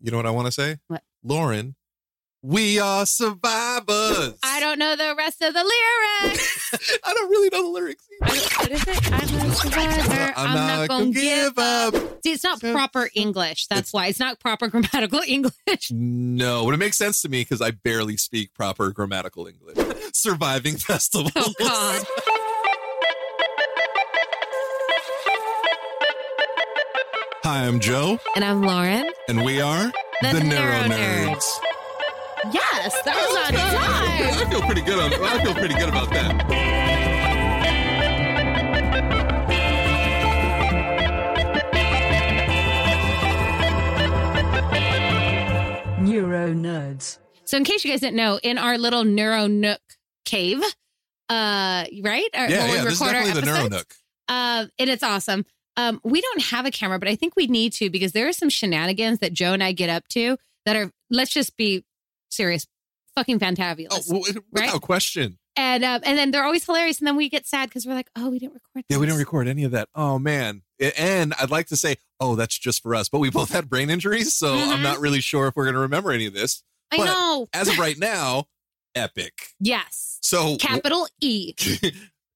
You know what I want to say? What? Lauren, we are survivors. I don't know the rest of the lyrics. I don't really know the lyrics. either. what is it? I'm a survivor. I'm, not, gonna, give up. See, it's not proper English. That's why it's not proper grammatical English. No, but it makes sense to me because I barely speak proper grammatical English. Surviving festivals. Oh God. Hi, I'm Joe, And I'm Lauren. and we are The Neuro Neuro Nerds. Yes, that was on time. I feel pretty good. On, I feel pretty good about that. Neuro nerds. So, in case you guys didn't know, in our little neuro nook cave, uh, right? Or yeah, when we yeah. This is record our definitely the Neuro episodes, Nook. Uh, and it's awesome. Um, we don't have a camera, but I think we need to because there are some shenanigans that Joe and I get up to that are, let's just be serious, fucking fantabulous. Oh, well, it- without Right? question. and um, and then they're always hilarious, and then we get sad because we're like, oh, we didn't record. Yeah, we this. didn't record any of that. Oh man. And I'd like to say, oh, that's just for us. But we both had brain injuries, so I'm Mhm. not really sure if we're going to remember any of this. I but- know. As of right now, epic. Yes, So capital E. Cap-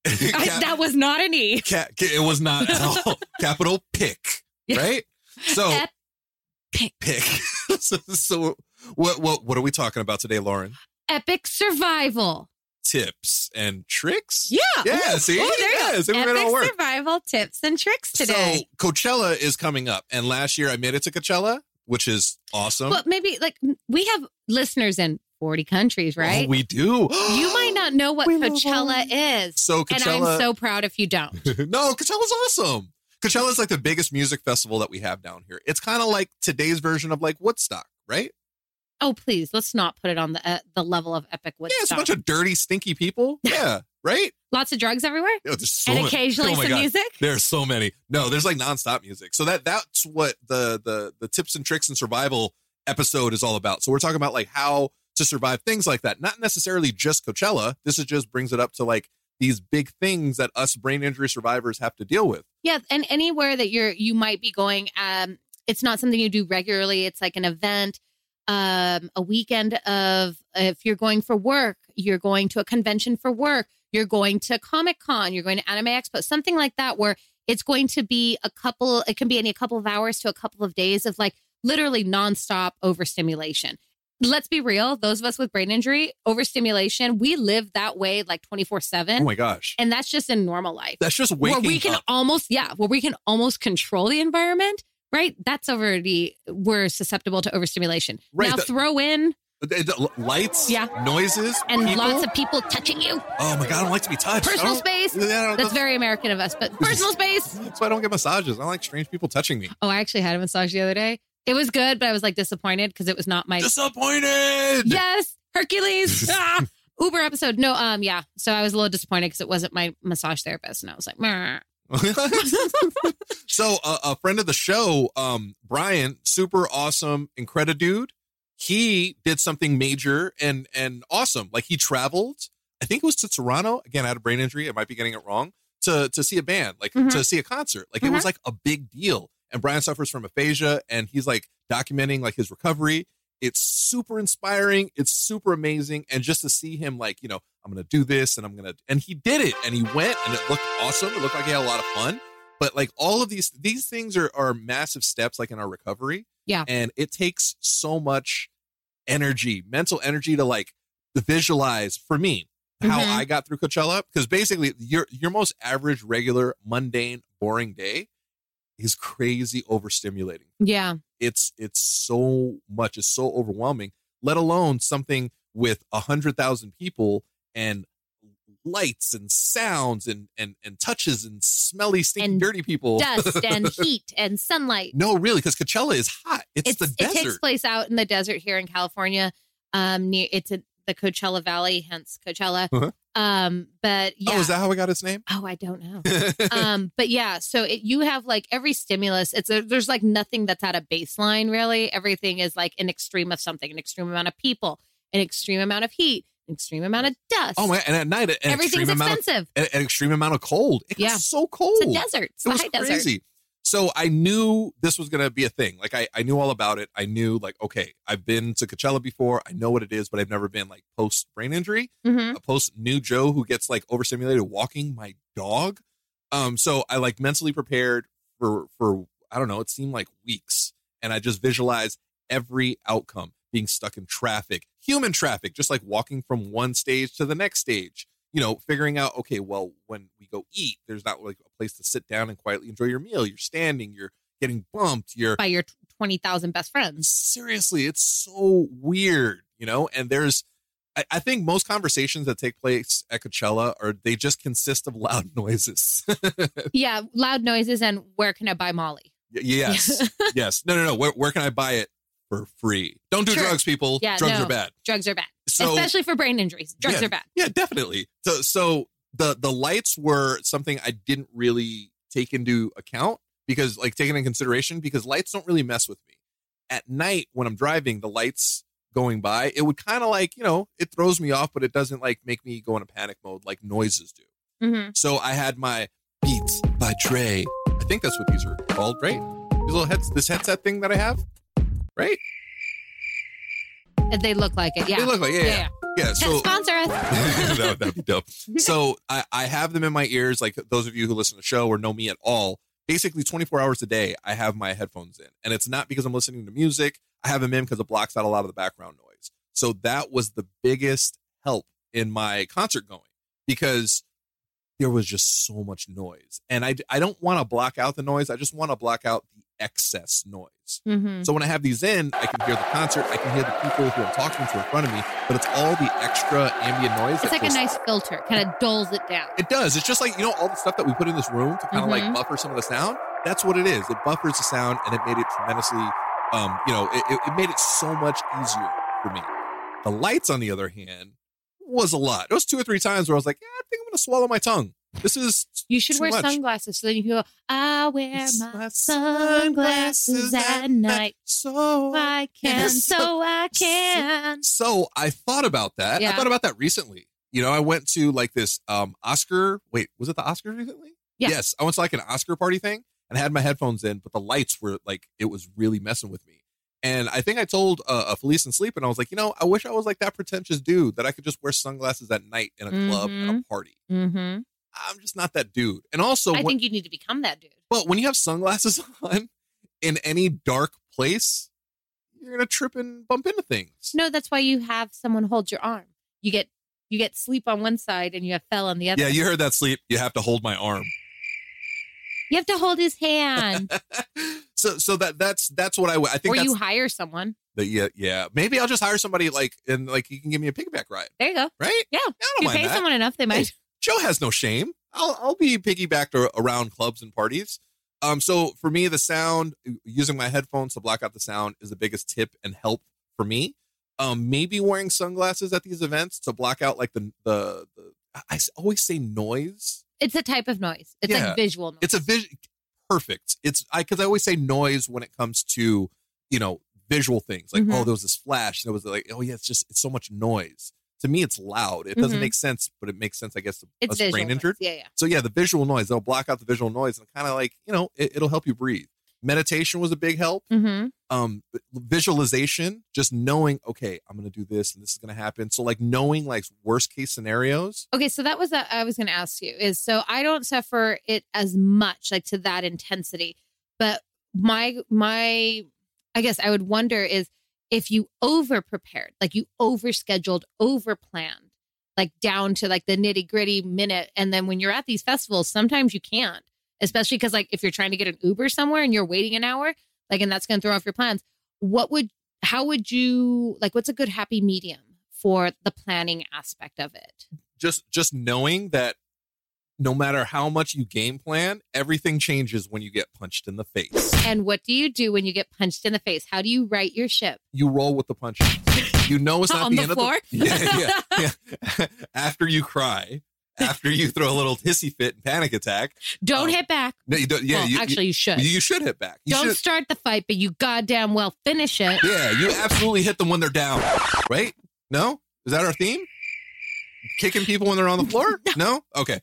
I- that was not an E. ca- ca- it was not at all. Capital pick, right? So Epic. pick. so, so what what what are we talking about today, Lauren? Epic survival. Tips and tricks? Yeah. Yeah, Ooh. see? Ooh, there you Yeah, go. see, we made it all Epic work. survival tips and tricks today. So Coachella is coming up, and last year I made it to Coachella, which is awesome. but maybe like we have listeners in 40 countries, Oh, right? we do. you might not know what We love Coachella is. So Coachella. And I'm so proud if you don't. no, Coachella's awesome. Coachella is like the biggest music festival that we have down here. It's kind of like today's version of like Woodstock, right? Oh, please, let's not put it on the uh, the level of epic Yeah, it's a Woodstock. bunch of dirty, stinky people. Yeah, right. Lots of drugs everywhere, Yo, there's so and many- occasionally oh my some God. music. There's so many. No, there's like nonstop music. So that that's what the the the tips and tricks and survival episode is all about. So we're talking about like how to survive things like that. Not necessarily just Coachella. This is just brings it up to like these big things that us brain injury survivors have to deal with. Yeah, and anywhere that you're you might be going, um, it's not something you do regularly. It's like an event, um, a weekend of if you're going for work, you're going to a convention for work, you're going to Comic Con, you're going to Anime Expo, something like that, where it's going to be a couple. It can be any couple of hours to a couple of days of like literally nonstop overstimulation. Let's be real; those of us with brain injury, overstimulation, we live that way like twenty four Oh seven, my gosh. and that's just in normal life That's just waking where we can up. almost yeah where we can almost control the environment right that's already we're susceptible to overstimulation Right, now the- throw in Uh, uh, Lights, Yeah. noises, and people. lots of people touching you Oh my god, I don't like to be touched. I personal don't- space Yeah, I don't- that's very american of us but personal space That's why I don't get massages. I don't like strange people touching me. oh i actually had a massage the other day it was good but i was like disappointed because it was not my Disappointed. yes hercules Ah! uber episode no um yeah so i was a little disappointed because it wasn't my massage therapist and i was like "Meh." so uh, a friend of the show, um, Brian, super awesome, incredible dude. He did something major and and awesome. Like he traveled. I think it was to Toronto. Again, I had a brain injury. I might be getting it wrong. To to see a band, like Mhm. to see a concert. Like it Mhm. was like a big deal. And Brian suffers from aphasia, and he's like documenting like his recovery. It's super inspiring. It's super amazing. And just to see him, like, you know, I'm going to do this and I'm going to, and he did it and he went and it looked awesome. It looked like he had a lot of fun but like all of these these things are are massive steps like in our recovery Yeah. and it takes so much energy mental energy to like visualize for me how Mhm. i got through coachella because basically your your most average regular mundane boring day is crazy overstimulating Yeah. it's it's so much it's so overwhelming let alone something with a hundred thousand people and lights and sounds and and and touches and smelly stinky And dirty people Dust and heat and sunlight. no really because coachella is hot it's, the it takes desert place out in the desert here in California. Um, near it's in the Coachella Valley, hence Coachella. Uh-huh. Um, but yeah. oh is that how i got its name Oh, I don't know. um, but yeah, so it, you have like every stimulus. It's a, there's like nothing that's at a baseline really. Everything is like an extreme of something, an extreme amount of people, an extreme amount of heat, an extreme amount of dust. oh man and at night an extreme everything's amount of expensive. an, an extreme amount of cold it Yeah. was so cold It's a desert. it It's the was high desert. crazy. So I knew this was gonna be a thing. Like I, I knew all about it. I knew like okay, I've been to Coachella before. I know what it is, but I've never been like post brain injury, Mhm. a post new Joe who gets like overstimulated walking my dog. Um, so I like mentally prepared for for I don't know. It seemed like weeks, and I just visualized every outcome: being stuck in traffic, human traffic, just like walking from one stage to the next stage you know, figuring out, okay, well, when we go eat, there's not like a place to sit down and quietly enjoy your meal. You're standing, you're getting bumped, you're By your twenty thousand best friends. seriously, it's so weird, you know? And there's, I, I think most conversations that take place at Coachella are they just consist of loud noises. Yeah, loud noises and where can I buy Molly? Y- yes. yes. No, no, no. Where, where can I buy it for free? Don't do Sure. drugs, people. Yeah, drugs no. are bad. Drugs are bad, So, especially for brain injuries. Drugs Yeah. are bad. Yeah, definitely. So so the the lights were something I didn't really take into account because like taken in consideration because lights don't really mess with me. At night when I'm driving, the lights going by, it would kind of like, you know, it throws me off, but it doesn't like make me go into panic mode like noises do. Mm-hmm. So I had my Beats by Trey. I think that's what these are called, right? These little heads this headset thing that I have. Right? They look like it. Yeah. They look like yeah. Yeah. yeah. yeah so Sponsor us. that would be dope. So I, I have them in my ears. Like those of you who listen to the show or know me at all, basically 24 hours a day, I have my headphones in. And it's not because I'm listening to music. I have them in because it blocks out a lot of the background noise. So that was the biggest help in my concert going because there was just so much noise. And I, I don't want to block out the noise. I just want to block out the excess noise. Mm-hmm. So when I have these in, I can hear the concert, I can hear the people who I'm talking to in front of me, but it's all the extra ambient noise. It's that like a just- nice filter, kind of dulls it down. It does. It's just like you know all the stuff that we put in this room to kind of like Mhm. buffer some of the sound. That's what it is. It buffers the sound, and it made it tremendously. Um, you know, it, it- it made it so much easier for me. The lights, on the other hand, was a lot. It was two or three times where I was like, yeah, I think I'm gonna swallow my tongue. This is You should too wear much. sunglasses so then you can go, I wear It's my sunglasses at night. So I can, so I can. So I thought about that. I Yeah. thought about that recently. You know, I went to like this um Oscar. Wait, was it the Oscars recently? Yeah. Yes, I went to like an Oscar party thing and I had my headphones in, but the lights were like it was really messing with me. And I think I told uh, uh, Felice and Sleep, and I was like, you know, I wish I was like that pretentious dude that I could just wear sunglasses at night in a club at a party. Mm-hmm. I'm just not that dude. And also, I when- think you need to become that dude. but when you have sunglasses on in any dark place, you're gonna trip and bump into things. No, that's why you have someone hold your arm. You get you get sleep on one side and you have fell on the other. Yeah, you heard that sleep. You have to hold my arm. You have to hold his hand, so so that that's that's what I would- I think or that's you hire someone. the, yeah yeah maybe I'll just hire somebody like and like you can give me a piggyback ride There you go. right Yeah. I don't If you mind pay that. someone enough, they might. Joe has no shame I'll I'll be piggybacked ar- around clubs and parties um so for me the sound using my headphones to block out the sound is the biggest tip and help for me um maybe wearing sunglasses at these events to block out like the the, the I s- always say noise It's a type of noise. It's Yeah. like visual noise. It's a vision. Perfect. It's I because I always say noise when it comes to you know visual things like Mhm. oh there was this flash and it was like oh yeah it's just it's so much noise. To me, it's loud. It doesn't Mhm. make sense, but it makes sense, I guess, to it's us visual brain noise. injured. Yeah, yeah. So yeah, the visual noise they'll block out the visual noise and kind of like you know it, it'll help you breathe. Meditation was a big help. Mm-hmm. Um, visualization, just knowing okay, I'm gonna do this and this is gonna happen. So like knowing like worst case scenarios. Okay, so that was that I was going to ask you is so I don't suffer it as much like to that intensity, but my my I guess I would wonder is if you over prepared, like you over scheduled, over planned, like down to like the nitty gritty minute, and then when you're at these festivals, sometimes you can't, especially because like if you're trying to get an Uber somewhere and you're waiting an hour, like and that's going to throw off your plans. What would how would you like? What's a good happy medium for the planning aspect of it? just just knowing that no matter how much you game plan, everything changes when you get punched in the face. And what do you do when you get punched in the face? How do you right your ship? You roll with the punches. You know it's not On the, the end floor? of the yeah, yeah, yeah. after you cry, after you throw a little hissy fit and panic attack. Don't Um, hit back. No, you don't. Yeah, well, you, actually, you should. you, you should hit back. You Don't should. start the fight, but you goddamn well finish it. Yeah, you absolutely hit them when they're down. Right? No? Is that our theme? Kicking people when they're on the floor? No? Okay.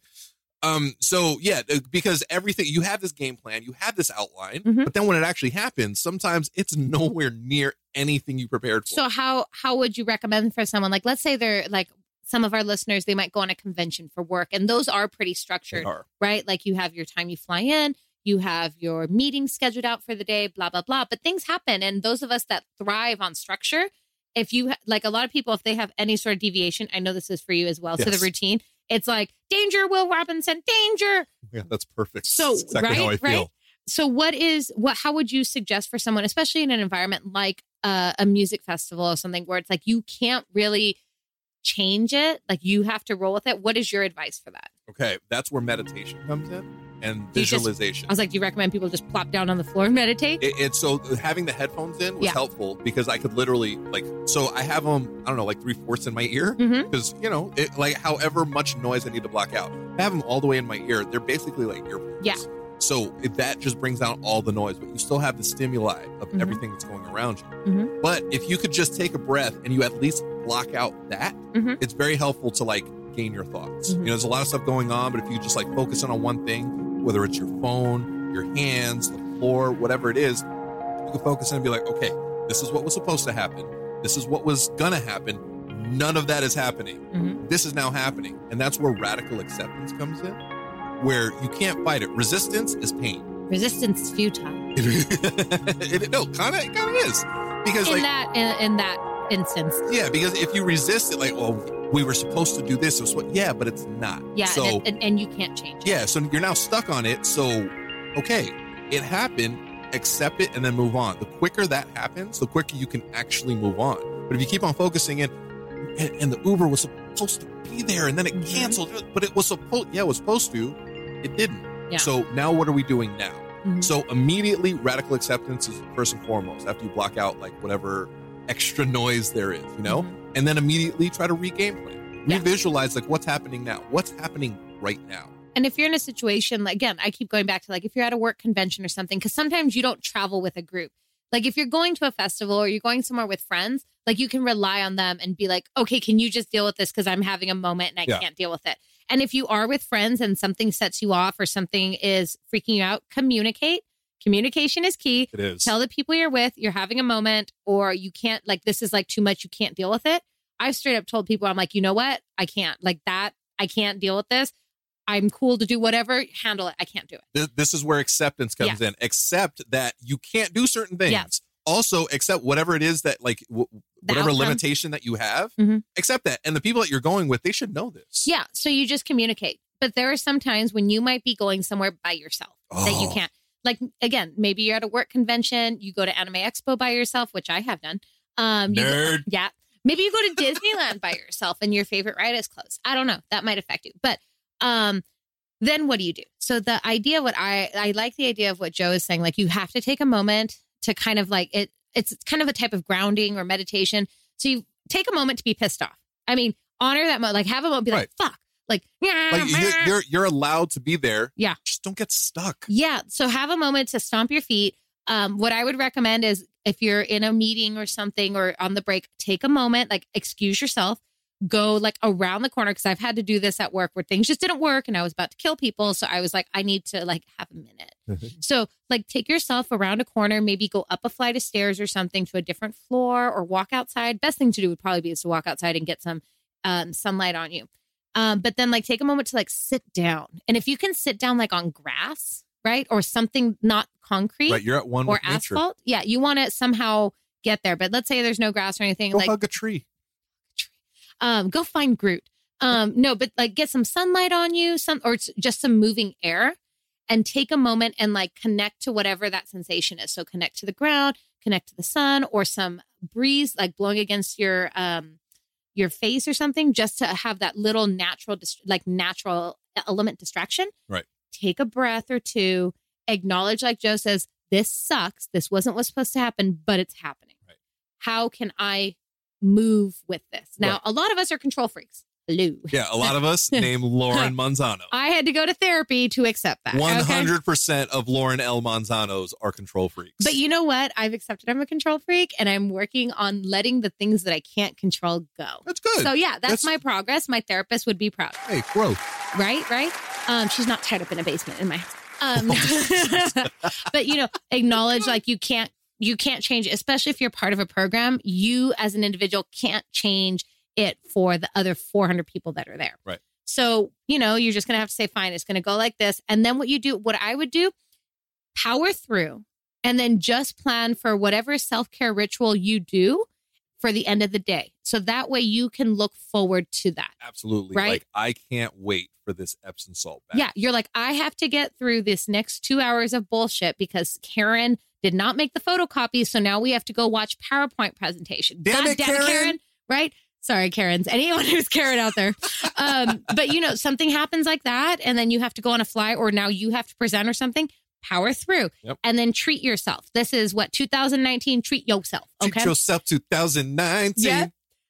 Um so yeah, uh, because everything you have this game plan, you have this outline, Mhm. but then when it actually happens, sometimes it's nowhere near anything you prepared for. So how how would you recommend for someone like let's say they're like some of our listeners they might go on a convention for work and those are pretty They structured, are. right? Like you have your time you fly in, you have your meeting scheduled out for the day, blah blah blah. But things happen and those of us that thrive on structure, if you like a lot of people if they have any sort of deviation, I know this is for you as well, to the Yes. routine, it's like danger Will Robinson, danger. Yeah, that's perfect. So, That's exactly how I right, feel. right? so what is what how would you suggest for someone especially in an environment like uh, a music festival or something where it's like you can't really change it like you have to roll with it what is your advice for that Okay, that's where meditation comes in and You just- visualization. i was like do you recommend people just plop down on the floor and meditate It, it's so having the headphones in was Yeah. helpful because I could literally like so I have them I don't know like three fourths in my ear Mhm. because you know it, like however much noise I need to block out I have them all the way in my ear they're basically like earphones Yeah. so if that just brings down all the noise but you still have the stimuli of Mhm. everything that's going around you Mhm. but if you could just take a breath and you at least block out that Mhm. it's very helpful to like gain your thoughts Mhm. you know there's a lot of stuff going on but if you just like focus in on one thing whether it's your phone your hands the floor whatever it is you can focus in and be like, okay, this is what was supposed to happen. This is what was gonna happen. None of that is happening. Mhm. This is now happening. And that's where radical acceptance comes in, where you can't fight it. Resistance is pain. resistance is futile it, no, kinda it kinda is. Because in like that in, in that instance yeah, because if you resist it, like, well, we were supposed to do this, it was what yeah, but it's not. yeah and So it- and, and, you can't change it yeah, so you're now stuck on it. So, okay, it happened, accept it, and then move on. The quicker that happens, the quicker you can actually move on. But if you keep on focusing in, and, and the Uber was supposed to be there, and then it Mhm. canceled, but it was supposed, yeah, it was supposed to, it didn't. Yeah. So now what are we doing now? Mhm. So immediately, radical acceptance is first and foremost after you block out like whatever extra noise there is, you know, and then immediately try to regame plan, Mm-hmm. Yeah. revisualize like what's happening now, what's happening right now. and if you're in a situation like, again i keep going back to like if you're at a work convention or something because sometimes you don't travel with a group like if you're going to a festival or you're going somewhere with friends like you can rely on them and be like okay can you just deal with this because i'm having a moment and i Yeah. can't deal with it and if you are with friends and something sets you off or something is freaking you out communicate communication is key It is. tell the people you're with you're having a moment or you can't like this is like too much you can't deal with it i've straight up told people i'm like you know what i can't like that i can't deal with this i'm cool to do whatever handle it i can't do it Th- this is where acceptance comes in. Accept that you can't do certain things. Yeah. Also, accept whatever it is that like w- The whatever outcome. limitation that you have. Mhm. Accept that, and the people that you're going with, they should know this. yeah so you just communicate but there are some times when you might be going somewhere by yourself that you Oh. can't like again maybe you're at a work convention you go to anime expo by yourself which i have done um you- nerd. Yeah. Maybe you go to Disneyland by yourself and your favorite ride is closed. I don't know. That might affect you. But um then what do you do? So the idea what I I like the idea of what Joe is saying like you have to take a moment to kind of like it it's kind of a type of grounding or meditation. So you take a moment to be pissed off. I mean, honor that moment like have a moment be like fuck. Like, yeah, Like you, you're you're allowed to be there. Yeah. Just don't get stuck. yeah. So have a moment to stomp your feet. Um, what I would recommend is if you're in a meeting or something or on the break, take a moment, like excuse yourself, go like around the corner. Cause I've had to do this at work where things just didn't work and I was about to kill people. So I was like, I need to like have a minute. So, like, take yourself around a corner, maybe go up a flight of stairs or something to a different floor, or walk outside. Best thing to do would probably be is to walk outside and get some um, sunlight on you. Um, but then, like, take a moment to like sit down, and if you can sit down like on grass, right, or something not concrete Right. You're at one or with nature. asphalt, yeah, you want to somehow get there. But let's say there's no grass or anything, Go like, hug a tree. um, go find Groot. Um, no, but like get some sunlight on you, some or it's just some moving air, and take a moment and like connect to whatever that sensation is. So connect to the ground, connect to the sun, or some breeze like blowing against your um your face or something, just to have that little natural dist- like natural e-, element distraction. Right. Take a breath or two. Acknowledge, like Joe says, this sucks. This wasn't what's supposed to happen, but it's happening. Right. How can I move with this. Now, Right. a lot of us are control freaks. Hello. Yeah. A lot of us named Lauren Manzano. I had to go to therapy to accept that. okay? One hundred percent of Lauren L. Manzanos are control freaks. But you know what? I've accepted I'm a control freak and I'm working on letting the things that I can't control go. that's good. So yeah, that's, That's- my progress. My therapist would be proud. hey, growth. Right? Right? Um, she's not tied up in a basement in my house. Um, but you know, acknowledge like you can't you can't change, it, especially if you're part of a program. You as an individual can't change it for the other 400 people that are there. Right. So you know, you're just gonna have to say, fine, it's gonna go like this, and then what you do, what I would do, power through, and then just plan for whatever self care ritual you do for the end of the day. So that way you can look forward to that. Absolutely. Right? Like I can't wait for this Epsom salt bath. Yeah, you're like, I have to get through this next two hours of bullshit because Karen did not make the photocopy, so now we have to go watch PowerPoint presentation. Damn God it, damn it, Karen. Karen! Right? Sorry, Karens. Anyone who's Karen out there, um, but you know something happens like that, and then you have to go on a fly, or now you have to present or something. Power through, Yep. and then treat yourself. This is what 2019. Treat yourself. Treat Okay. yourself 2019. Yeah.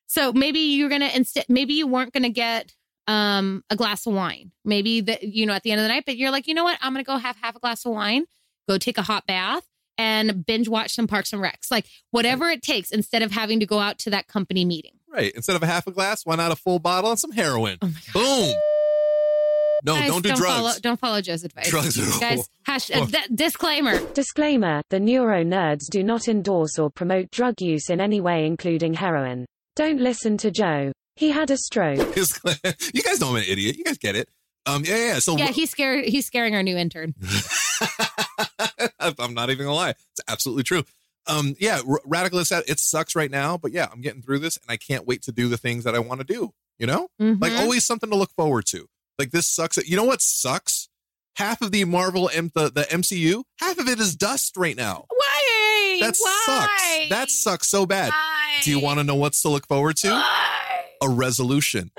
So maybe you're gonna instead maybe you weren't gonna get um a glass of wine. Maybe that you know at the end of the night, but you're like, you know what? I'm gonna go have half a glass of wine, go take a hot bath, and binge watch some Parks and Recs. Like whatever it takes, instead of having to go out to that company meeting. Right. Instead of a half a glass, why not a full bottle and some heroin? Boom. No, Oh Guys, don't do Follow, drugs. don't follow Joe's advice. Drugs are Guys, hash, uh, th- disclaimer. Disclaimer, the neuro nerds do not endorse or promote drug use in any way including heroin. Don't listen to Joe. He had a stroke. you guys know I'm an idiot. You guys get it. Um, yeah, yeah. So Yeah, he's scared. He's scaring our new intern. I'm not even gonna lie. It's absolutely true. Um, yeah, r- radical is It sucks right now, but yeah, I'm getting through this, and I can't wait to do the things that I want to do. You know, like Mhm. always something to look forward to. Like this sucks. You know what sucks? Half of the Marvel M- the, the MCU, half of it is dust right now. why? That Why? sucks. That sucks so bad. Do you want to know what's to look forward to? A resolution,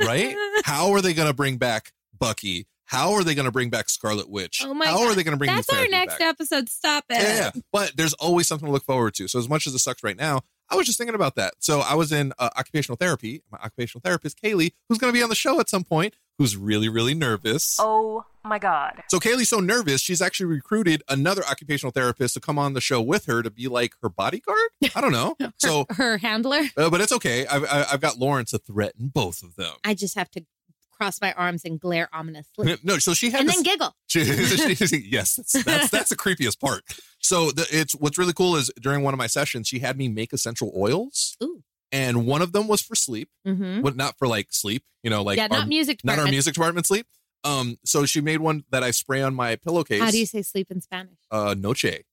right? How are they going to bring back Bucky? How are they going to bring back Scarlet Witch? Oh my How are God. they going to bring That's the our therapy next back? episode. Stop it. Yeah, yeah. but there's always something to look forward to. So as much as it sucks right now, I was just thinking about that. So I was in uh, occupational therapy. My occupational therapist, Kaylee, who's going to be on the show at some point, who's really, really nervous. Oh my God. So Kaylee's so nervous, she's actually recruited another occupational therapist to come on the show with her to be like her bodyguard. I don't know. So, her handler. uh, but it's okay. I've, I- I've got Lauren to threaten both of them. I just have to cross my arms and glare ominously No, so she had and this- then giggle. She- she- yes, that's, that's that's the creepiest part. So the, it's what's really cool is during one of my sessions, she had me make essential oils, Ooh. and one of them was for sleep, Mm-hmm. but not for like sleep. You know, like yeah, our, not music. not our department. music department sleep. Um, so she made one that I spray on my pillowcase. How do you say sleep in Spanish? uh, noche,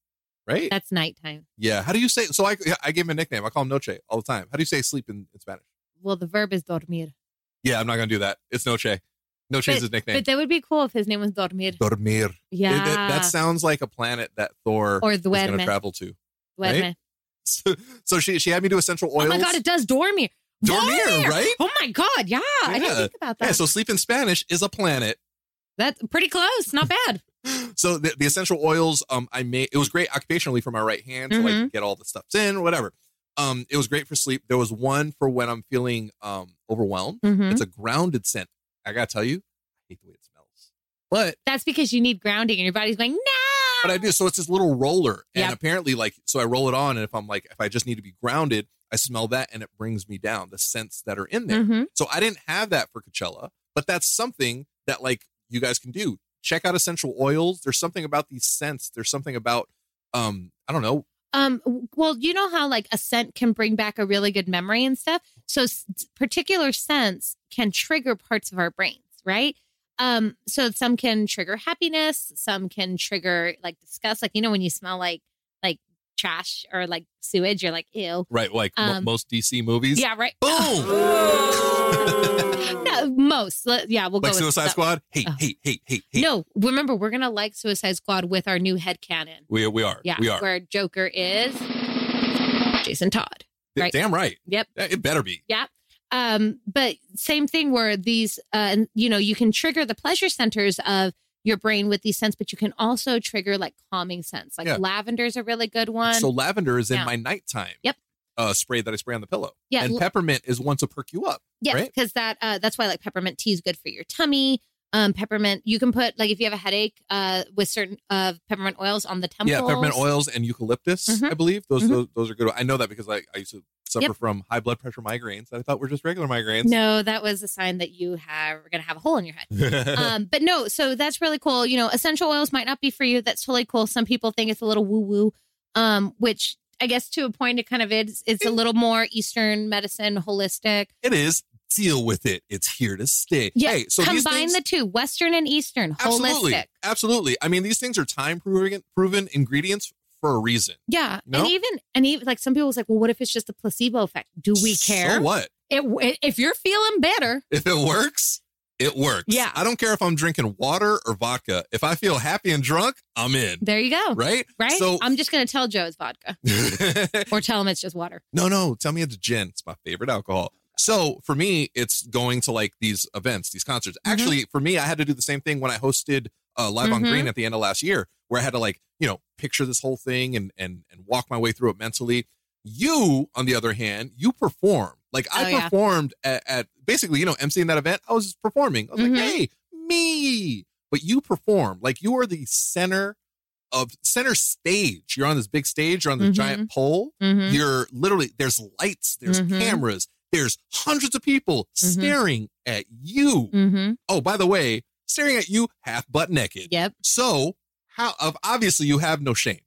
right? That's nighttime. yeah. How do you say? So I yeah, I gave him a nickname. I call him noche all the time. How do you say sleep in, in Spanish? Well, the verb is dormir. Yeah, I'm not gonna do that. It's noche. Noche is But- his nickname. But that would be cool if his name was dormir. Dormir. It- Yeah. it- that sounds like a planet that Thor Or is going to duerme. travel to. Duerme. right? So, so she she had me do essential oils. Oh my god, it does dormir. Dormir, right? Oh my god, yeah. I didn't Yeah. think about that. yeah, so sleep in Spanish is a planet. That's pretty close. Not bad. So the, the essential oils, um, I made it was great occupationally for my right hand to like Mhm. get all the stuffs in or whatever. Um, it was great for sleep. There was one for when I'm feeling um overwhelmed. Mhm. It's a grounded scent. I gotta tell you, I hate the way it smells. But That's because you need grounding and your body's going, no. but I do. So it's this little roller, and Yep. apparently, like, so I roll it on, and if I'm like, if I just need to be grounded, I smell that, and it brings me down. The scents that are in there. Mhm. So I didn't have that for Coachella, but that's something that like you guys can do. Check out essential oils. There's something about these scents. There's something about um I don't know. Um, w- well, you know how like a scent can bring back a really good memory and stuff. So s- particular scents can trigger parts of our brains, right? Um, so some can trigger happiness, some can trigger like disgust. Like you know when you smell like like trash or like sewage, you're like ew. Right, like mo- Um, most DC movies. Yeah, right. Boom. No, most. Let- Yeah, we'll like go with Suicide that. Squad. Hate, Oh. hate, hate, hate, hate. No, remember we're gonna like Suicide Squad with our new head cannon. We we are. Yeah, we are. where Joker is Jason Todd. D- right. Damn right. Yep. Yeah, It better be. Um, but same thing where these, uh, and you know, you can trigger the pleasure centers of your brain with these scents, but you can also trigger like calming scents. Like Yeah. lavender is a really good one. So lavender is in Yeah. my nighttime. Yep. Uh, spray that I spray on the pillow. Yeah, And l- peppermint is one to perk you up. yeah, right? because that uh, that's why like peppermint tea is good for your tummy. Um, peppermint, you can put like if you have a headache uh, with certain uh, peppermint oils on the temples. Yeah, peppermint oils and eucalyptus, Mhm. I believe. Those, Mhm. those those are good. I know that because I, I used to suffer Yep. from high blood pressure migraines that I thought were just regular migraines. No, that was a sign that you have are gonna have a hole in your head. um, but no, so that's really cool. You know, essential oils might not be for you. That's totally cool. Some people think it's a little woo woo, um, which I guess to a point it kind of is. It's a Mm. little more Eastern medicine, holistic. it is. Deal with it. It's here to stay. Yeah, Hey, so these Combine things, the two, Western and Eastern, absolutely, holistic. absolutely. I mean, these things are time proven proven ingredients for a reason. Yeah, No? and even and even like some people was like, well, what if it's just a placebo effect? Do we care? So what It, if you're feeling better, if it works? It works. Yeah. I don't care if I'm drinking water or vodka. If I feel happy and drunk, I'm in. there you go. Right. Right? So. I'm just gonna tell Joe it's vodka, or tell him it's just water. No, no, tell me it's gin. It's my favorite alcohol. So for me, it's going to like these events, these concerts. Mhm. Actually, for me, I had to do the same thing when I hosted uh, Live on Mhm. Green at the end of last year, where I had to like, you know, picture this whole thing and and and walk my way through it mentally. You, on the other hand, you perform. Like Oh, I yeah. performed at, at basically, you know, emceeing that event. I was just performing. I was Mhm. like, hey, me. But you perform. Like you are the center of center stage. You're on this big stage. You're on the Mhm. giant pole. Mhm. You're literally there's lights, there's Mhm. cameras, there's hundreds of people Mm-hmm. staring at you. Mhm. Oh, by the way, staring at you half butt naked. Yep. So how of obviously you have no shame.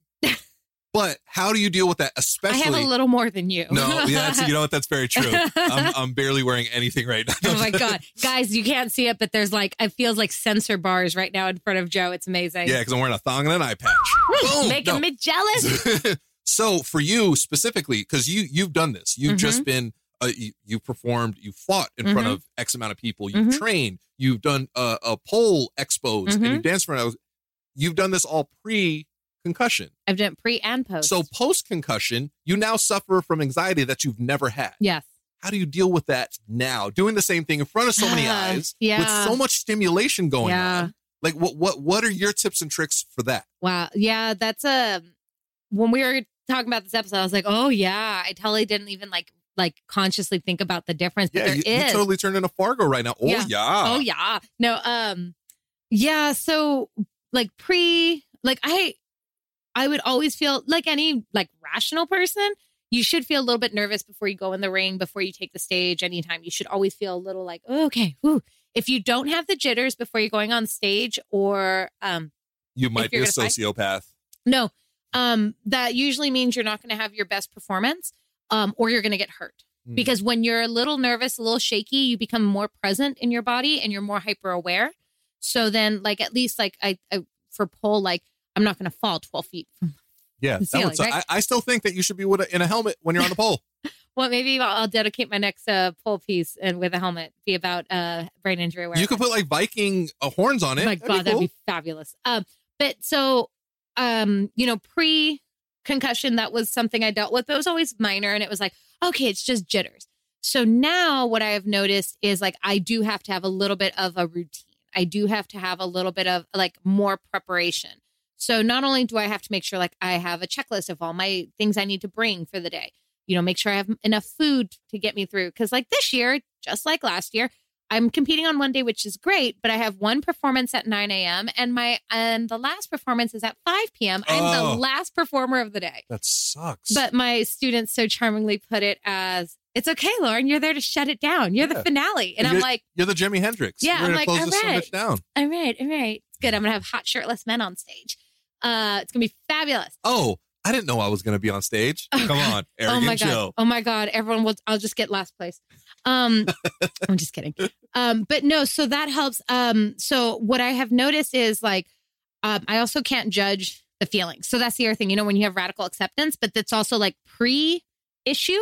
but how do you deal with that? Especially I have a little more than you. No, yeah, that's, you know what? That's very true. I'm, I'm barely wearing anything right now. Oh my god, guys, you can't see it, but there's like it feels like sensor bars right now in front of Joe. It's amazing. yeah, because I'm wearing a thong and an eye patch. Boom. making No. me jealous. so for you specifically because you you've done this you've Mhm. just been uh, you, you performed you fought in Mm-hmm. front of x amount of people you've Mhm. trained you've done uh, a poll expos and Mm-hmm. you dance for you've done this all pre concussion I've done pre and post. so post concussion you now suffer from anxiety that you've never had yes, how do you deal with that now doing the same thing in front of so many Ah, eyes with yeah. so much stimulation going Yeah. on like what what what are your tips and tricks for that wow, yeah, that's a. When we were talking about this episode, I was like, oh yeah, I totally didn't even like like consciously think about the difference, but yeah there you, is. you totally turned into fargo right now oh Yeah. yeah oh yeah no um yeah so like pre like i i would always feel like any like rational person you should feel a little bit nervous before you go in the ring before you take the stage anytime you should always feel a little like oh, okay whew. if you don't have the jitters before you're going on stage or um you might be you're a gonna fight- sociopath. no um that usually means you're not going to have your best performance um or you're going to get hurt Mm. because when you're a little nervous, a little shaky, you become more present in your body and you're more hyper aware. So then, like at least like I, I for pole, like I'm not going to fall 12 feet. from- Yeah, the that would ceiling, suck. right? I, I still think that you should be with a, in a helmet when you're on the pole. Well, maybe I'll, I'll dedicate my next uh, pole piece and with a helmet be about uh, brain injury awareness. you could put like Viking uh, horns on it. Oh my god, that'd be fabulous. Um, but so, um, you know, pre concussion, that was something I dealt with, but it was always minor, and it was like, okay, it's just jitters. So now, what I have noticed is like I do have to have a little bit of a routine. I do have to have a little bit of like more preparation. So not only do I have to make sure like I have a checklist of all my things I need to bring for the day, you know, make sure I have enough food to get me through. Cause like this year, just like last year, I'm competing on one day, which is great, but I have one performance at 9 a.m. and my and the last performance is at 5 p.m. I'm Oh. the last performer of the day. That sucks. But my students so charmingly put it as, "It's okay, Lauren. You're there to shut it down. You're Yeah. the finale." And I'm You're- like, You're the Jimi Hendrix. We're Yeah, I'm gonna like, close all this so right. much down. "All right, all right, it's good. I'm gonna have hot shirtless men on stage. Uh, it's gonna be fabulous." Oh, I didn't know I was gonna be on stage. Oh, Come God. on, arrogant oh my god! Joe. Oh my god! Everyone will. I'll just get last place. Um, I'm just kidding. Um, but no. So that helps. Um, so what I have noticed is like, um, I also can't judge the feelings. So that's the other thing. You know, when you have radical acceptance, but that's also like pre-issue.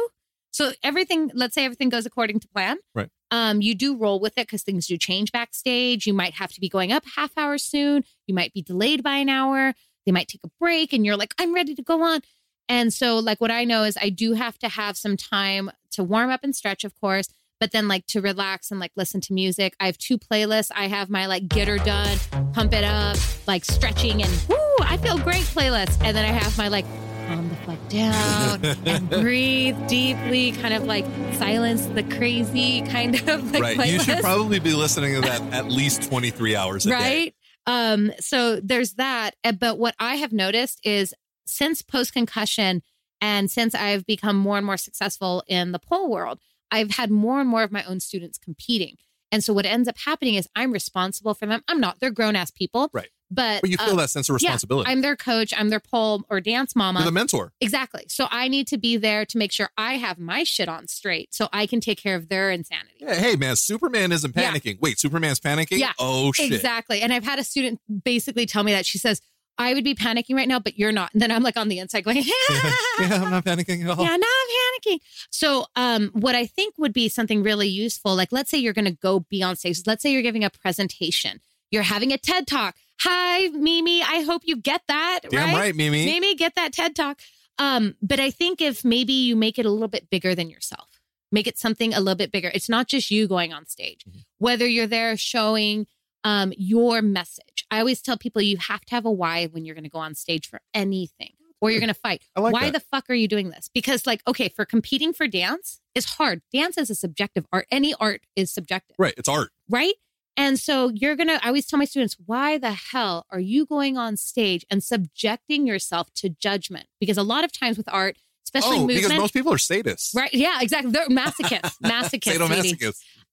So everything. Let's say everything goes according to plan. Right. Um, you do roll with it because things do change backstage. You might have to be going up half hour soon. You might be delayed by an hour. They might take a break, and you're like, I'm ready to go on. And so, like, what I know is I do have to have some time to warm up and stretch, of course, but then like to relax and like listen to music. I have two playlists. I have my like get her done, pump it up, like stretching and woo, I feel great playlist. And then I have my like calm the fuck down and breathe deeply, kind of like silence the crazy kind of like right. playlist You should probably be listening to that at least 23 hours a day. right um so there's that Uh, but what i have noticed is since post concussion and since i've become more and more successful in the pole world i've had more and more of my own students competing and so what ends up happening is i'm responsible for them i'm not they're grown ass people Right. but, But you feel uh, that sense of yeah, responsibility. i'm their coach i'm their pole or dance mama You're the mentor. exactly so i need to be there to make sure i have my shit on straight so i can take care of their insanity Yeah, hey man, Superman isn't Yeah. panicking. Wait, Superman's panicking? Yeah, Oh shit. Exactly. And I've had a student basically tell me that she says, I would be panicking right now, but you're not. And then I'm like on the inside going, yeah, Oh. I'm not panicking at all. Yeah, now I'm panicking. So, um, what I think would be something really useful, like let's say you're going to go be on stage. Let's say you're giving a presentation, you're having a TED talk. Hi, Mimi. I hope you get that. Damn right, Mimi. Mimi, get that TED talk. Um, but I think if maybe you make it a little bit bigger than yourself, make it something a little bit bigger. It's not just you going on stage, Mm-hmm. whether you're there showing um, your message. I always tell people you have to have a why when you're going to go on stage for anything or you're going to fight. I like why that. the fuck are you doing this? Because, like, okay, for competing for dance is hard. Dance is a subjective art. Any art is subjective Right, it's art. right? And so you're going to, I always tell my students, why the hell are you going on stage and subjecting yourself to judgment? Because a lot of times with art, especially oh, movement, because most people are sadists. right? Yeah, exactly. They're masochists, masochists. sweetie.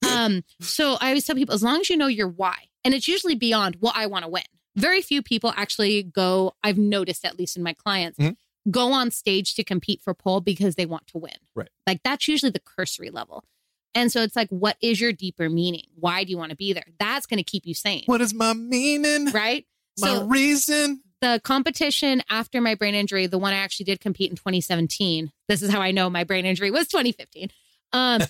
Sadomasochists. Um, so I always tell people, as long as you know your why, and it's usually beyond, well, I want to win. Very few people actually go, I've noticed at least in my clients, Mhm. go on stage to compete for pole because they want to win. Right. Like that's usually the cursory level. And so it's like, what is your deeper meaning? Why do you want to be there? That's going to keep you sane. What is my meaning? Right. My so reason? the competition after my brain injury, the one I actually did compete in 2017. This is how I know my brain injury was 2015. Um,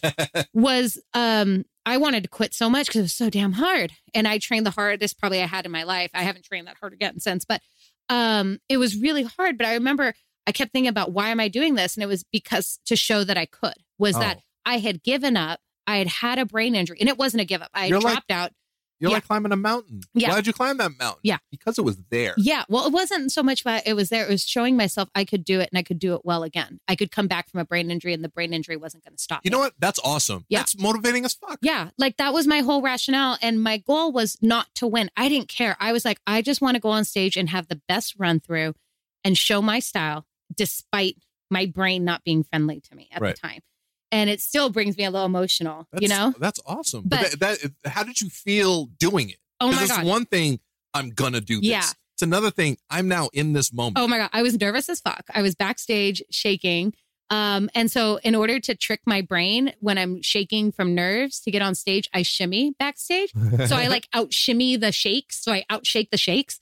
was um, I wanted to quit so much because it was so damn hard, and I trained the hardest probably I had in my life. I haven't trained that hard again since, but um, it was really hard. But I remember I kept thinking about why am I doing this, and it was because to show that I could was that Oh. I had given up. I had had a brain injury, and it wasn't a give up. I had You're like- dropped out. You're Yeah. like climbing a mountain. Yeah. Why'd you climb that mountain? Yeah. Because it was there. Yeah. Well, it wasn't so much about it was there. It was showing myself I could do it and I could do it well again. I could come back from a brain injury and the brain injury wasn't going to stop. You me. know what? That's awesome. Yeah. That's motivating as fuck. Yeah. Like that was my whole rationale. And my goal was not to win. I didn't care. I was like, I just want to go on stage and have the best run through and show my style despite my brain not being friendly to me at Right. the time. And it still brings me a little emotional, That's, you know? That's awesome. But, But- that, that how did you feel doing it? Oh 'Cause my it's God. one thing I'm gonna do this. Yeah. It's another thing I'm now in this moment. Oh my god, I was nervous as fuck. I was backstage shaking. Um, and so in order to trick my brain when I'm shaking from nerves to get on stage, I shimmy backstage. So I like out shimmy the shakes. So I out shake the shakes.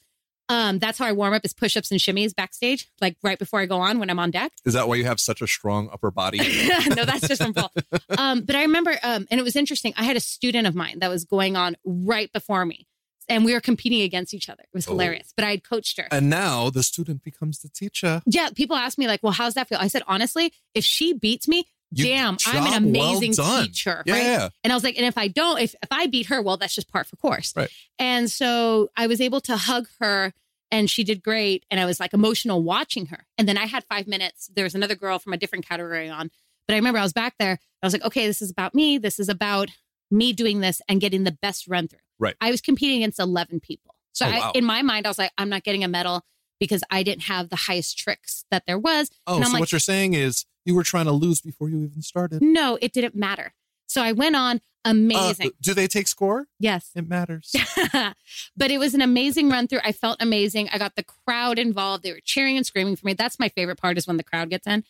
Um, that's how I warm up is push ups and shimmies backstage, like right before I go on when I'm on deck. Is that why you have such a strong upper body? no, that's just from Paul. Um, but I remember, um, and it was interesting. I had a student of mine that was going on right before me, and we were competing against each other. It was Oh. hilarious. But I had coached her. and now the student becomes the teacher. Yeah, people ask me like, "Well, how's that feel?" I said, "Honestly, if she beats me, You- damn, job I'm an well amazing done. teacher." Yeah. Right? And I was like, "And if I don't, if if I beat her, well, that's just part for course." Right. And so I was able to hug her, and she did great. And I was like emotional watching her. And then I had five minutes. There was another girl from a different category on, but I remember I was back there. I was like, "Okay, this is about me. This is about me doing this and getting the best run through. Right. I was competing against 11 people. So Oh, I, wow. in my mind, I was like, I'm not getting a medal because I didn't have the highest tricks that there was. Oh, And so I'm like- what you're saying is you were trying to lose before you even started. No, it didn't matter. So I went on amazing. Uh, do they take score? yes. It matters. but it was an amazing run through. I felt amazing. I got the crowd involved. They were cheering and screaming for me. That's my favorite part is when the crowd gets in.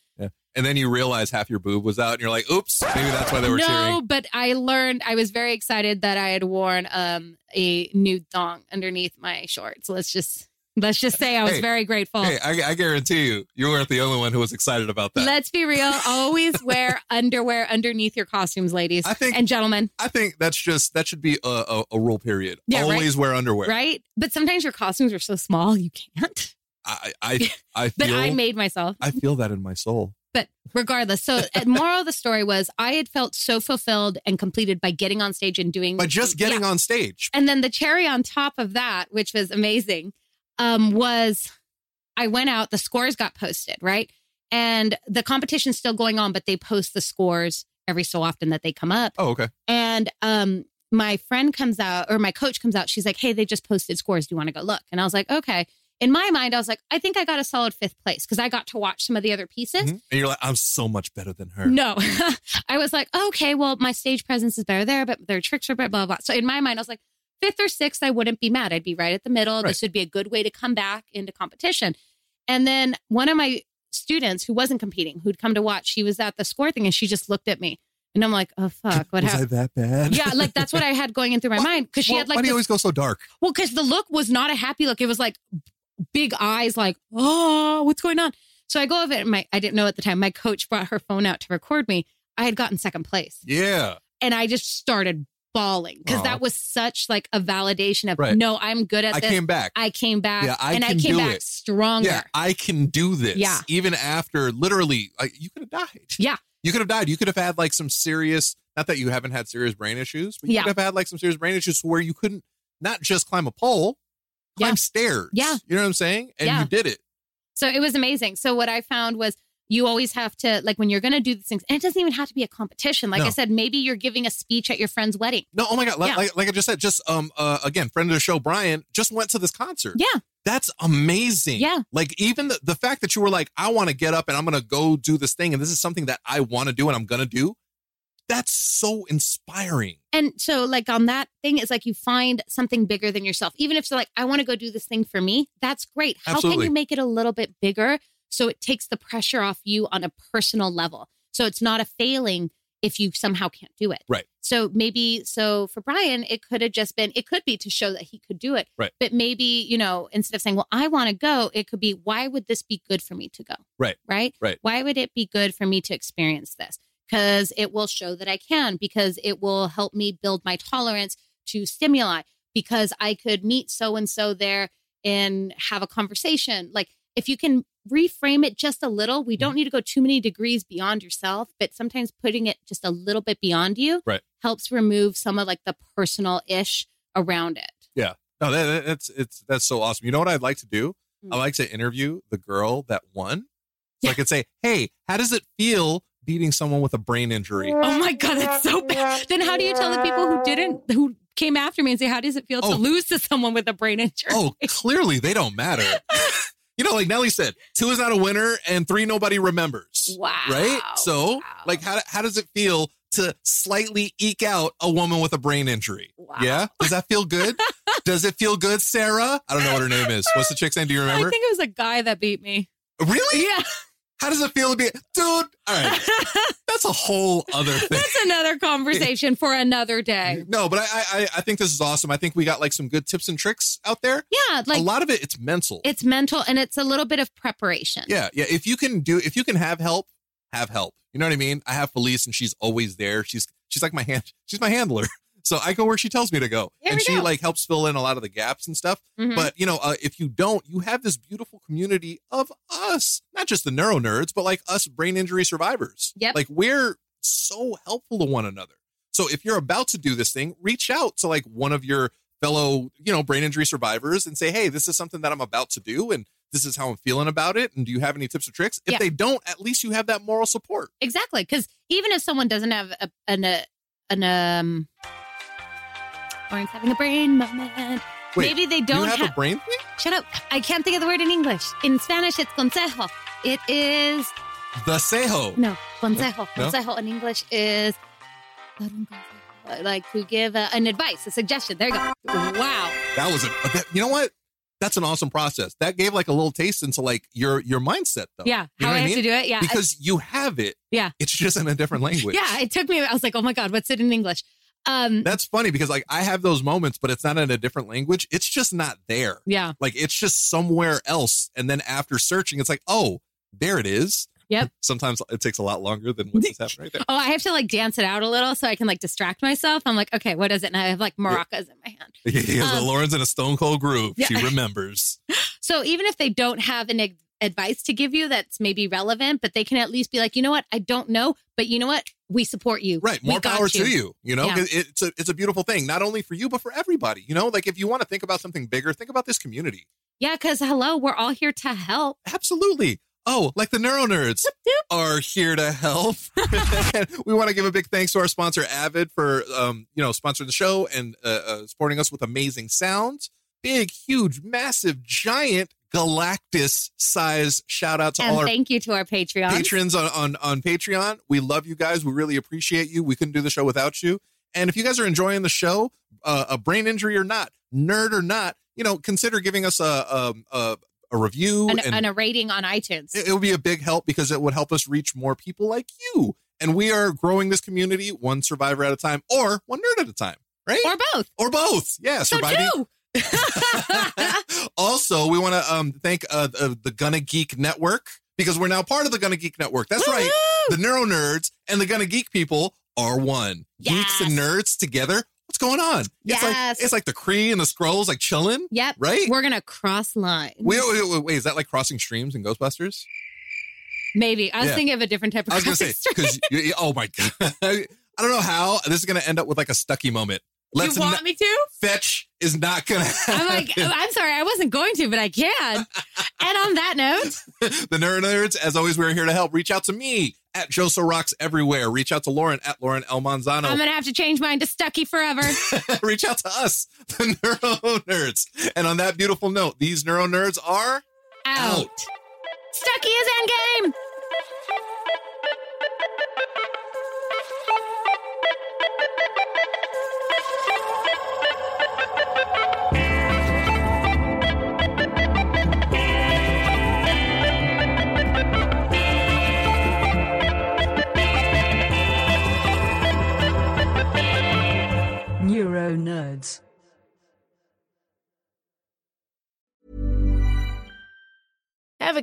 and then you realize half your boob was out, and you're like, "Oops, maybe that's why they were no, cheering." but I learned I was very excited that I had worn um a nude thong underneath my shorts. Let's just let's just say I was Hey, very grateful. Hey, I, I guarantee you, you weren't the only one who was excited about that. Let's be real. Always wear underwear underneath your costumes, ladies I think- and gentlemen, I think that's just that should be a, a, a rule. Period. Yeah, right. Always wear underwear. right? But sometimes your costumes are so small you can't. I I I But feel I made myself. I feel that in my soul. But regardless, so the moral of the story was I had felt so fulfilled and completed by getting on stage and doing By just getting on stage. And then the cherry on top of that, which was amazing, um, was I went out, the scores got posted, right? And the competition's still going on, but they post the scores every so often that they come up. Oh, okay. And um, my friend comes out, or my coach comes out. She's like, "Hey, they just posted scores. Do you want to go look?" And I was like, "Okay." In my mind, I was like, "I think I got a solid fifth place because I got to watch some of the other pieces." Mhm. And you're like, I'm so much better than her. No, I was like, okay, well, my stage presence is better there, but their tricks are better, blah, blah, blah. So in my mind, I was like, fifth or sixth, I wouldn't be mad. I'd be right at the middle. Right. This would be a good way to come back into competition. And then one of my students who wasn't competing, who'd come to watch, she was at the score thing and she just looked at me. And I'm like, oh, fuck, what was I happened? that bad? Yeah, like that's what I had going in through my Why- mind because she Well, had why do like, this- you always go so dark? well, because the look was not a happy look. It was like big eyes, like, oh, what's going on? So I go over it. And my, I didn't know at the time. My coach brought her phone out to record me. I had gotten second place Yeah. and I just started bawling because Aw. that was such like a validation of Right. no, I'm good at I this. came back. I came back Yeah, I and I can came do back it. stronger. Yeah, I can do this. Yeah. Even after literally, like, you could have died. Yeah. You could have died. You could have had like some serious, not that you haven't had serious brain issues, but you Yeah. could have had like some serious brain issues where you couldn't not just climb a pole, climb Yeah. stairs. Yeah. You know what I'm saying? And Yeah. you did it. So it was amazing. So what I found was you always have to like when you're going to do these things, and it doesn't even have to be a competition. Like No. I said, maybe you're giving a speech at your friend's wedding. No, oh my God. Like, Yeah. like, like I just said, just um uh, again, friend of the show, Brian, just went to this concert. Yeah, That's amazing. Yeah. Like even the, the fact that you were like, I want to get up and I'm gonna go do this thing, and this is something that I want to do and I'm gonna do. That's so inspiring. And so, like, on that thing, it's like you find something bigger than yourself. Even if you're like, I want to go do this thing for me, that's great. How Absolutely. can you make it a little bit bigger so it takes the pressure off you on a personal level? So it's not a failing if you somehow can't do it. Right. So maybe, so for Brian, it could have just been, it could be to show that he could do it. Right. But maybe, you know, instead of saying, well, I want to go, it could be, why would this be good for me to go? Right. Right. Right. Why would it be good for me to experience this? because it will show that I can, because it will help me build my tolerance to stimuli, because I could meet so and so there and have a conversation. Like, if you can reframe it just a little, we Mm-hmm. don't need to go too many degrees beyond yourself, but sometimes putting it just a little bit beyond you Right. helps remove some of like the personal ish around it. No, that, that- that's it's that's so awesome. You know what I'd like to do? Hmm. I like to interview the girl that won. So Yeah. I could say, "Hey, how does it feel beating someone with a brain injury?" Oh my God, that's so bad. Then how do you tell the people who didn't, who came after me and say, how does it feel Oh. to lose to someone with a brain injury? Oh, clearly they don't matter. you know, like Nelly said, two is not a winner and three nobody remembers. Wow. Right? So, Wow. like how how does it feel to slightly eke out a woman with a brain injury? Wow. Yeah? Does that feel good? does it feel good, Sarah? I don't know what her name is. What's the chick's name? Do you remember? I think it was a guy that beat me. really? Yeah. How does it feel to be dude? All right. That's a whole other thing. That's another conversation for another day. No, but I, I I- I think this is awesome. I think we got like some good tips and tricks out there. Yeah. a Like lot of it, it's mental. it's mental and it's a little bit of preparation. yeah, yeah. If you can do, if you can have help, have help. You know what I mean? I have Felice, and she's always there. She's she's like my hand. She's my handler. So I go where she tells me to go, There and we she go. like helps fill in a lot of the gaps and stuff. Mhm. But you know, uh, if you don't, you have this beautiful community of us, not just the neuro nerds, but like us brain injury survivors. Yep. Like we're so helpful to one another. So if you're about to do this thing, reach out to like one of your fellow, you know, brain injury survivors and say, "Hey, this is something that I'm about to do and this is how I'm feeling about it and do you have any tips or tricks?" If Yeah. they don't, at least you have that moral support. Exactly. Because even if someone doesn't have a, an, a, an um. Lauren's having a brain moment. Wait, Maybe they you don't have have. a brain thing? Shut up! I can't think of the word in English. In Spanish, it's consejo. It is The Seho. no consejo. No? Consejo in English is dar un consejo, like to give a, an advice, a suggestion. There you go. Wow. That was a, that, you know what? That's an awesome process. That gave like a little taste into like your your mindset though. Yeah. You know what How I I have mean? to do it. Yeah. I- Because you have it. Yeah. It's just in a different language. yeah. It took me. I was like, oh my god, what's it in English? Um. That's funny because like I have those moments, but it's not in a different language. It's just not there. yeah. Like it's just somewhere else. And then after searching, it's like, oh, there it is. Yep. Sometimes it takes a lot longer than what just happened right there. Oh, I have to like dance it out a little so I can like distract myself. I'm like, okay, what is it? And I have like maracas in my hand. Because Um, Lauren's in a stone cold groove. Yeah. She remembers. So even if they don't have an ad- advice to give you that's maybe relevant, but they can at least be like, you know what? I don't know, but you know what? We support you. Right. We More got power to you. You know, Yeah. 'Cause it's a it's a beautiful thing, not only for you, but for everybody. You know, like if you want to think about something bigger, think about this community. Yeah, because hello, we're all here to help. Absolutely. Oh, like the neuro nerds are here to help. we want to give a big thanks to our sponsor Avid for um, you know sponsoring the show and uh, uh, supporting us with amazing sounds. Big, huge, massive, giant Galactus size shout out to and all our thank you to our Patreon. patrons on, on on Patreon. We love you guys. We really appreciate you. We couldn't do the show without you. And if you guys are enjoying the show, uh, a brain injury or not, nerd or not, you know, consider giving us a um, a, a review and, and and a rating on iTunes. it, it would be a big help because it would help us reach more people like you. And we are growing this community one survivor at a time or one nerd at a time, right? or both. Or, both. Yeah, So surviving. two. also, we want to um, thank uh, uh, the Gunna Geek Network because we're now part of the Gunna Geek Network. That's right. The neuro nerds and the Gunna Geek people are one. Geeks and Yes. nerds together. What's going on? It's Yes. like it's like the Kree and the Scrolls like chilling. Yep. Right? We're gonna cross line. Wait, wait, wait, wait, is that like crossing streams in Ghostbusters? Maybe. I was Yeah. thinking of a different type of I was gonna say cross- because oh my god, I don't know how this is gonna end up with like a Stucky moment. Let's you want not- me to? fetch is not gonna. I'm like, oh, happen. I'm sorry, I wasn't going to, but I can. and on that note, the nerd nerds. As always, we're here to help. Reach out to me at Joso Rocks everywhere. Reach out to Lauren at Lauren El Manzano. I'm gonna have to change mine to Stucky forever. Reach out to us, the neuro nerds. And on that beautiful note, these neuro nerds are. Out. Out. Stucky is endgame. Neuro nerds. Ever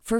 For